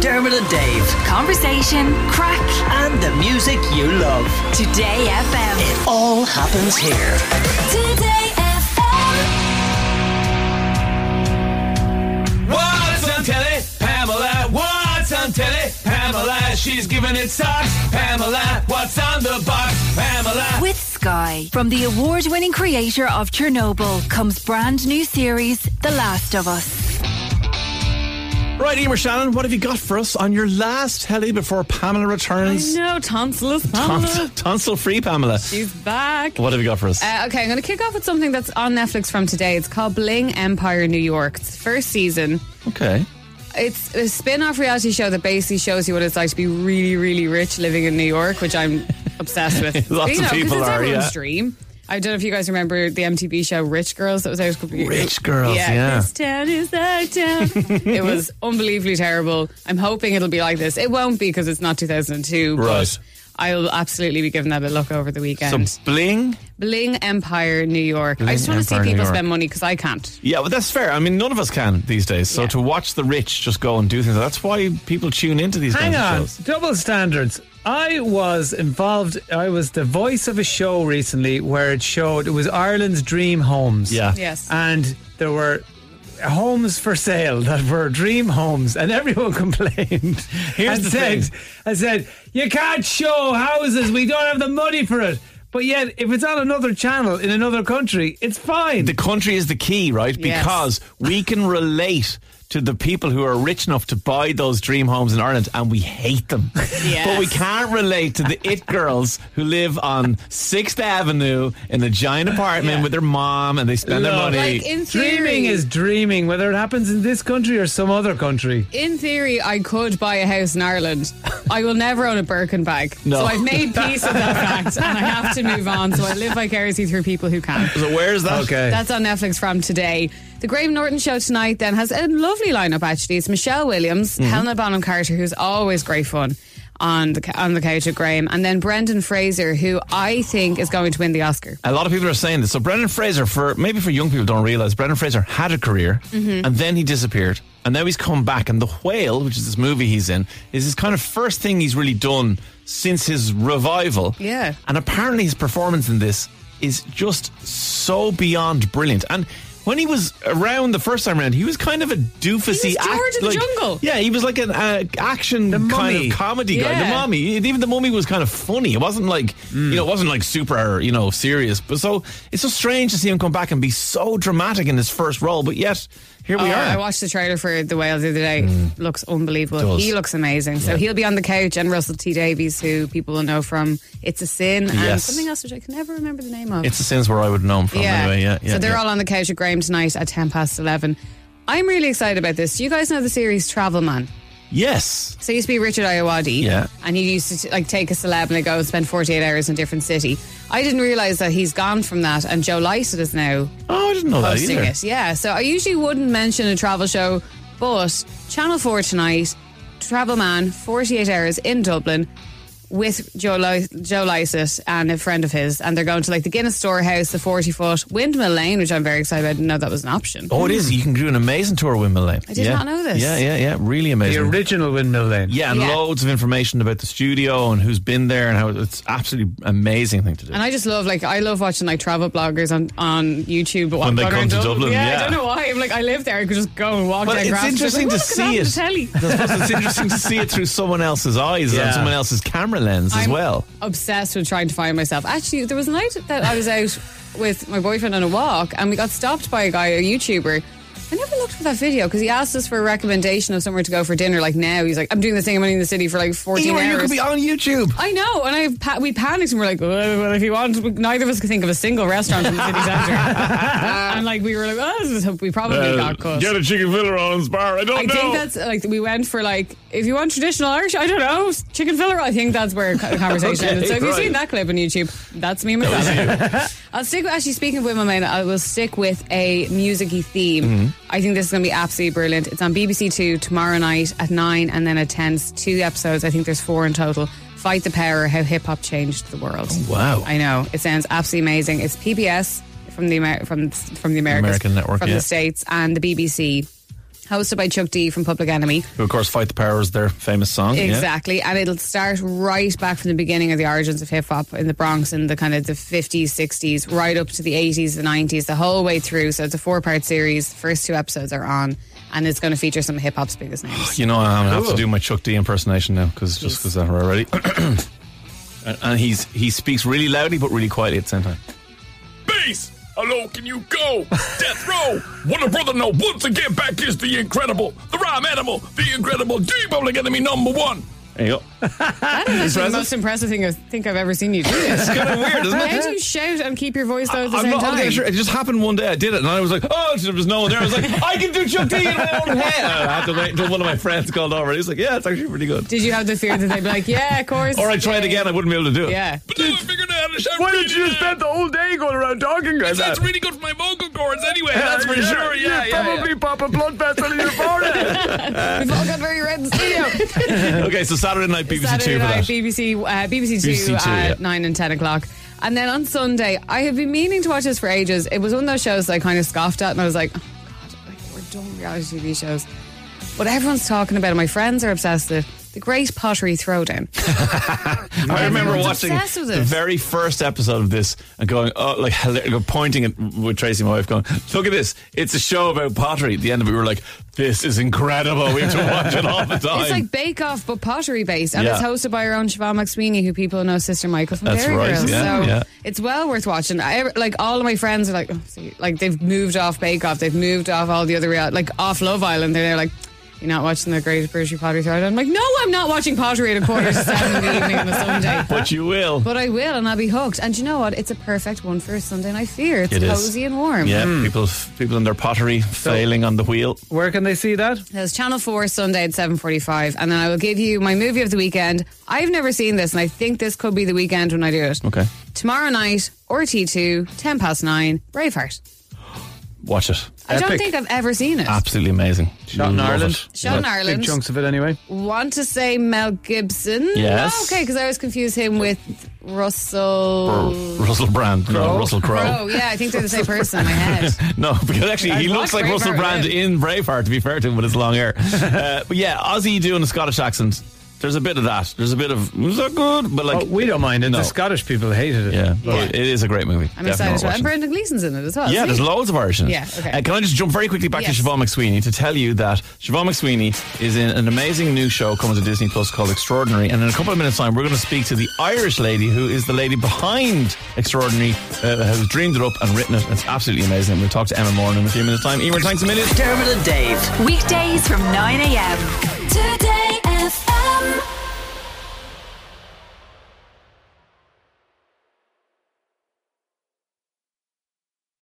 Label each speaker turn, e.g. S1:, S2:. S1: Dermot and Dave.
S2: Conversation, crack,
S1: And the music you love.
S2: Today FM.
S1: It all happens here.
S2: Today FM.
S3: What's on telly? Pamela. What's on telly? Pamela. She's giving it socks. Pamela. What's on the box? Pamela.
S2: With Sky, from the award winning creator of Chernobyl, comes brand new series, The Last of Us.
S4: Right, Emer Shannon, what have you got for us on your last telly before Pamela returns?
S5: No, tonsilus Pamela.
S4: Tonsil free Pamela.
S5: She's back.
S4: What have you got for us?
S5: Uh, okay, I'm going to kick off with something that's on Netflix from today. It's called Bling Empire New York. It's first season.
S4: okay.
S5: It's a spin-off reality show that basically shows you what it's like to be really, really rich living in New York, which I'm obsessed with.
S4: Lots of
S5: you know, 'cause
S4: people
S5: it's
S4: are,
S5: everyone's
S4: yeah.
S5: dream. I don't know if you guys remember the MTV show Rich Girls that was out a couple of years
S4: Rich Girls, yeah.
S5: This town is our town. it was unbelievably terrible. I'm hoping it'll be like this. It won't be because it's not 2002. but
S4: Right.
S5: I'll absolutely be giving that a look over the
S4: Some
S5: weekend.
S4: bling.
S5: Bling Empire, New York. I
S4: Bling
S5: just want to see
S4: Empire, New
S5: people
S4: York.
S5: spend money because I can't.
S4: Yeah, well, that's fair. I mean, none of us can these days. So
S5: Yeah.
S4: to watch the rich just go and do things, that's why people tune into these
S6: Hang
S4: kinds
S6: on,
S4: of shows.
S6: double standards. I was involved. I was the voice of a show recently where it showed it was Ireland's dream homes.
S4: Yeah.
S5: Yes.
S6: and there were homes for sale that were dream homes, and everyone complained.
S4: Here's
S6: and
S4: the
S6: said,
S4: thing.
S6: I said, you can't show houses. We don't have the money for it. But yet, if it's on another channel in another country, it's fine.
S4: The country is the key, right?
S5: Yes.
S4: Because we can relate to the people who are rich enough to buy those dream homes in Ireland and we hate them. But we can't relate to the it girls who live on 6th Avenue in a giant apartment with their mom and they spend their
S6: Look.
S4: money.
S5: Like in theory,
S6: dreaming is dreaming, whether it happens in this country or some other country.
S5: in theory. I could buy a house in Ireland. I will never own a Birkin bag.
S4: No.
S5: So I've made peace with that fact, and I have to move on. So I live vicariously through people who can.
S4: so where is that?
S6: Okay.
S5: That's on Netflix from today. The Graham Norton show tonight then has a lovely lineup. Actually, it's Michelle Williams,
S4: Mm-hmm.
S5: Helena Bonham Carter, who's always great fun on the on the couch with Graham, and then Brendan Fraser, who I think is going to win the Oscar.
S4: A lot of people are saying this. So Brendan Fraser, for maybe for young people don't realize, Brendan Fraser had a career
S5: Mm-hmm.
S4: and then he disappeared. And now he's come back. And The Whale, which is this movie he's in, is his kind of first thing he's really done since his revival.
S5: Yeah.
S4: And apparently his performance in this is just so beyond brilliant. And when he was around the first time around, he was kind of a doofusy
S5: He was George in the
S4: like-
S5: Jungle.
S4: Yeah, he was like an uh, action kind
S6: Mummy.
S4: of comedy guy. The
S5: Yeah.
S4: mommy. It- Even the mummy was kind of funny. It wasn't like you know, it wasn't like super you know serious. But so it's so strange to see him come back and be so dramatic in his first role. But yet here we
S5: Oh,
S4: are. Mm.
S5: I watched the trailer for The Whale the other day. Looks unbelievable.
S4: Does.
S5: He looks amazing. So he'll be on the couch, and Russell T Davies, who people will know from It's a Sin, and
S4: Yes.
S5: something else which I can never remember the name of.
S4: it's the sins where I would know him from. Oh, Anyway, yeah, yeah.
S5: so they're
S4: yeah.
S5: all on the couch with Graham tonight at ten past eleven. I'm really excited about this. Do you guys know the series Travel Man?
S4: yes.
S5: So it used to be Richard Iowadi.
S4: Yeah.
S5: And he used to like take a celeb and they go and spend 48 hours in a different city. I didn't realize that he's gone from that and Joe Lycett is now
S4: Oh, I didn't know that
S5: hosting
S4: either.
S5: it. Yeah. So I usually wouldn't mention a travel show, but Channel 4 tonight, Travel Man, 48 hours in Dublin with Joe, Ly- Joe Lycett and a friend of his. And they're going to like the Guinness Storehouse, the 40 foot, Windmill Lane, which I'm very excited about. I didn't know that was an option.
S4: Oh, it is. You can do an amazing tour of Windmill Lane.
S5: Hmm. I did
S4: Yeah.
S5: not know this.
S4: Yeah, yeah, yeah. Really
S6: the
S4: amazing.
S6: original windmill lane.
S4: yeah, and
S5: Yeah.
S4: loads of information about the studio and who's been there and how it's absolutely amazing thing to do.
S5: And I just love like I love watching like travel bloggers on on YouTube but
S4: When they
S5: blogger
S4: come
S5: in
S4: to Dublin,
S5: yeah,
S4: yeah.
S5: I don't know why. I'm like I live there. I could just go and walk
S4: Well,
S5: down
S4: it's
S5: Grafton.
S4: interesting
S5: Like,
S4: to
S5: "Look,
S4: see
S5: it's
S4: it.
S5: on the telly."
S4: I suppose it's interesting to see it through someone else's eyes
S6: Yeah.
S4: and someone else's camera lens as
S5: I'm
S4: well.
S5: Obsessed with trying to find myself. Actually, there was a night that I was out with my boyfriend on a walk, and we got stopped by a guy, a YouTuber. I never looked for that video because he asked us for a recommendation of somewhere to go for dinner. Like now, he's like, "I'm doing this thing. I'm in the city for like 14
S4: Anywhere
S5: hours."
S4: you could be on YouTube.
S5: I know, and I pa- we panicked and we're like, "Well, well, if you want, we- neither of us could think of a single restaurant in the city centre." and like we were like, "Oh, this is- we probably got caught."
S4: Uh, a chicken filleron's bar. I don't
S5: I think that's like we went for like if you want traditional Irish, I don't know, chicken filler. I think that's where the conversation
S4: Okay,
S5: ended. So if you've
S4: right.
S5: seen that clip on YouTube, that's me and my family. I'll stick. With, actually, speaking of women, man, I will stick with a musicy theme.
S4: Mm-hmm.
S5: I think this is going to be absolutely brilliant. It's on BBC Two tomorrow night at nine, and then at ten. It's Two episodes. I think there's four in total. Fight the power: How hip hop changed the world.
S4: Oh, wow.
S5: I know it sounds absolutely amazing. It's PBS from the Amer- from from the Americas,
S4: American network,
S5: from
S4: yeah.
S5: the states, and the BBC. hosted by Chuck D from Public Enemy.
S4: Who, of course, Fight the Power is their famous song. yeah.
S5: Exactly. And it'll start right back from the beginning of the origins of hip hop in the Bronx in the kind of the 50s, 60s, right up to the 80s, the 90s, the whole way through. So it's a four part series. The first two episodes are on, and it's going to feature some of hip hop's biggest names.
S4: You know, I'm gonna have to do my Chuck D impersonation now because just because I'm already. and and he's he speaks really loudly but really quietly at the same time.
S7: Peace! Hello, can you go? Death row! What a brother know! Once again, back is the incredible, the rhyme animal, the incredible D Public Enemy number one!
S4: There you go.
S5: That is actually the most impressive thing I think I've ever seen you do. It's
S4: kind of weird, isn't it?
S5: How do you shout and keep your voice though at the
S4: I'm
S5: same
S4: not
S5: time?
S4: I'm sure. It just happened one day. I did it, and I was like, "Oh, there was no one there." I was like, "I can do Chuck D in my own head." I had to wait until one of my friends called over. He's like, "Yeah, it's actually pretty good."
S5: Did you have the fear that they'd be like, yeah, of course.
S4: Or I tried
S5: yeah,
S4: again, I wouldn't be able to do it.
S5: Yeah.
S7: But now I figured out how to shout
S4: Why
S7: really
S4: did you
S7: loud.
S4: spend the whole day going around talking like that?
S7: That's really good for my vocal cords anyway, that's for
S4: yeah,
S7: sure, yeah,
S4: you
S7: yeah, yeah.
S4: probably pop a blood vessel in your forehead.
S5: We've all got very red in the studio.
S4: okay, so Saturday night BBC
S5: Saturday
S4: Two for
S5: night,
S4: that.
S5: BBC, uh, BBC Two
S4: BBC
S5: at
S4: Two, yeah.
S5: nine and ten o'clock. And then on Sunday, I have been meaning to watch this for ages. It was one of those shows that I kind of scoffed at, and I was like, oh, God, like we're done with reality TV shows. But everyone's talking about it. My friends are obsessed with it. The Great Pottery Throwdown.
S4: I remember
S5: Everyone's
S4: watching
S5: obsessed with
S4: the
S5: it.
S4: very first episode of this and going, oh, like, hilar- pointing at with Tracy, my wife, going, look at this. It's a show about pottery. At the end of it, we were like, this is incredible. We have to watch it all the time.
S5: It's like Bake Off, but pottery based, and
S4: Yeah.
S5: it's hosted by our own Siobhan McSweeney, who people know Sister Michael from
S4: That's
S5: Dairy
S4: right,
S5: Girls.
S4: yeah,
S5: so
S4: yeah.
S5: it's well worth watching. I, ever- like all of my friends are like, oh, see, like they've moved off Bake Off, they've moved off all the other real, like off Love Island. They're, they're like, you're not watching the Great British Pottery Throwdown. I'm like, no, I'm not watching pottery at a quarter to seven in the evening on a Sunday.
S4: but you will.
S5: But I will, and I'll be hooked. And you know what? It's a perfect one for a Sunday night fear. It's
S4: It is.
S5: cozy and warm.
S4: yeah, people people in their pottery failing on the wheel.
S6: Where can they see that?
S5: There's Channel 4 Sunday at 7.45 and then I will give you my movie of the weekend. I've never seen this and I think this could be the weekend when I do it.
S4: Okay.
S5: Tomorrow night, RT2, 10 past 9, Braveheart.
S4: Watch it.
S5: I don't
S6: Epic.
S5: think I've ever seen it.
S4: Absolutely amazing.
S6: Shot in
S4: Love
S6: Ireland.
S4: it.
S5: Shot in
S4: Yeah.
S5: Ireland.
S6: Big chunks of it anyway.
S5: Want to say Mel Gibson?
S4: Yes.
S5: No, okay, because I always confuse him with
S4: Or
S5: Russell
S4: Russell Brand. No, Russell Crowe.
S5: Crowe. Yeah, I think they're the same person in my head.
S4: No, because actually he
S5: I'd
S4: looks
S5: watch
S4: like Russell
S5: Braveheart,
S4: Brand
S5: yeah.
S4: in Braveheart, to be fair to him, with his long hair. Uh, but yeah, Aussie doing a Scottish accent. There's a bit of that. There's a bit of, is that good? But like,
S6: Oh, we don't mind it.
S4: No.
S6: The Scottish people hated it.
S4: yeah, but it is a great movie.
S5: I'm
S4: Definitely
S5: excited.
S4: worth
S5: Well. And
S4: watching.
S5: Brendan Gleeson's in it as well.
S4: Yeah,
S5: isn't
S4: there's
S5: he?
S4: loads of Irish in it.
S5: Yeah, okay.
S4: Uh, can I just jump very quickly back
S5: Yes.
S4: to Siobhan McSweeney to tell you that Siobhan McSweeney is in an amazing new show coming to Disney Plus called Extraordinary. And in a couple of minutes' time, we're going to speak to the Irish lady who is the lady behind Extraordinary, uh, who's dreamed it up and written it. It's absolutely amazing. And we'll talk to Emma Moore in a few minutes' time. Emer, thanks a million.
S1: Dermot and Dave.
S2: Weekdays from 9 a.m.